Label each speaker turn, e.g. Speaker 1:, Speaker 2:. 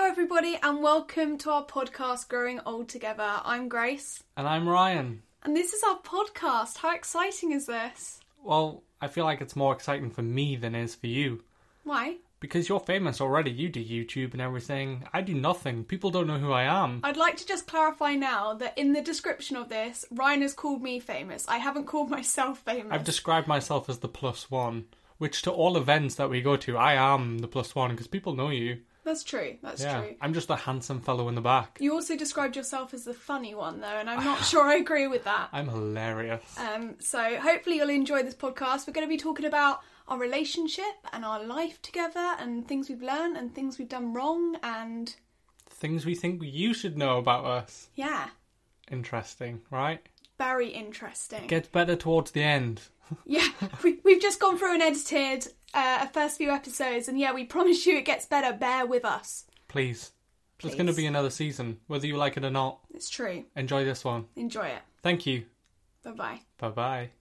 Speaker 1: everybody, and welcome to our podcast, Growing Old Together. I'm Grace,
Speaker 2: And I'm Ryan.
Speaker 1: and this is our podcast. How exciting is this?
Speaker 2: Well, I feel like it's more exciting for me than it is for you.
Speaker 1: Why?
Speaker 2: Because you're famous already, you do YouTube and everything. I do nothing. People don't know who I am.
Speaker 1: I'd like to just clarify now that in the description of this, Ryan has called me famous. I haven't called myself famous.
Speaker 2: I've described myself as the plus one, which to all events that we go to, I am the plus one because people know you.
Speaker 1: That's true. That's
Speaker 2: yeah,
Speaker 1: true.
Speaker 2: I'm just a handsome fellow in the back.
Speaker 1: You also described yourself as the funny one, though, and I'm not sure I agree with that.
Speaker 2: I'm hilarious.
Speaker 1: Um, so hopefully you'll enjoy this podcast. We're going to be talking about our relationship and our life together, and things we've learned and things we've done wrong, and
Speaker 2: Things we think you should know about us.
Speaker 1: yeah,
Speaker 2: Interesting, right?
Speaker 1: very interesting.
Speaker 2: Gets better towards the end.
Speaker 1: Yeah, we, we've just gone through and edited uh, a first few episodes, and yeah, we promise you it gets better. Bear with us.
Speaker 2: Please. There's going to
Speaker 1: Please.
Speaker 2: be another season, whether you like it or not.
Speaker 1: It's true.
Speaker 2: Enjoy this one.
Speaker 1: Enjoy it.
Speaker 2: Thank you.
Speaker 1: Bye bye.
Speaker 2: Bye bye.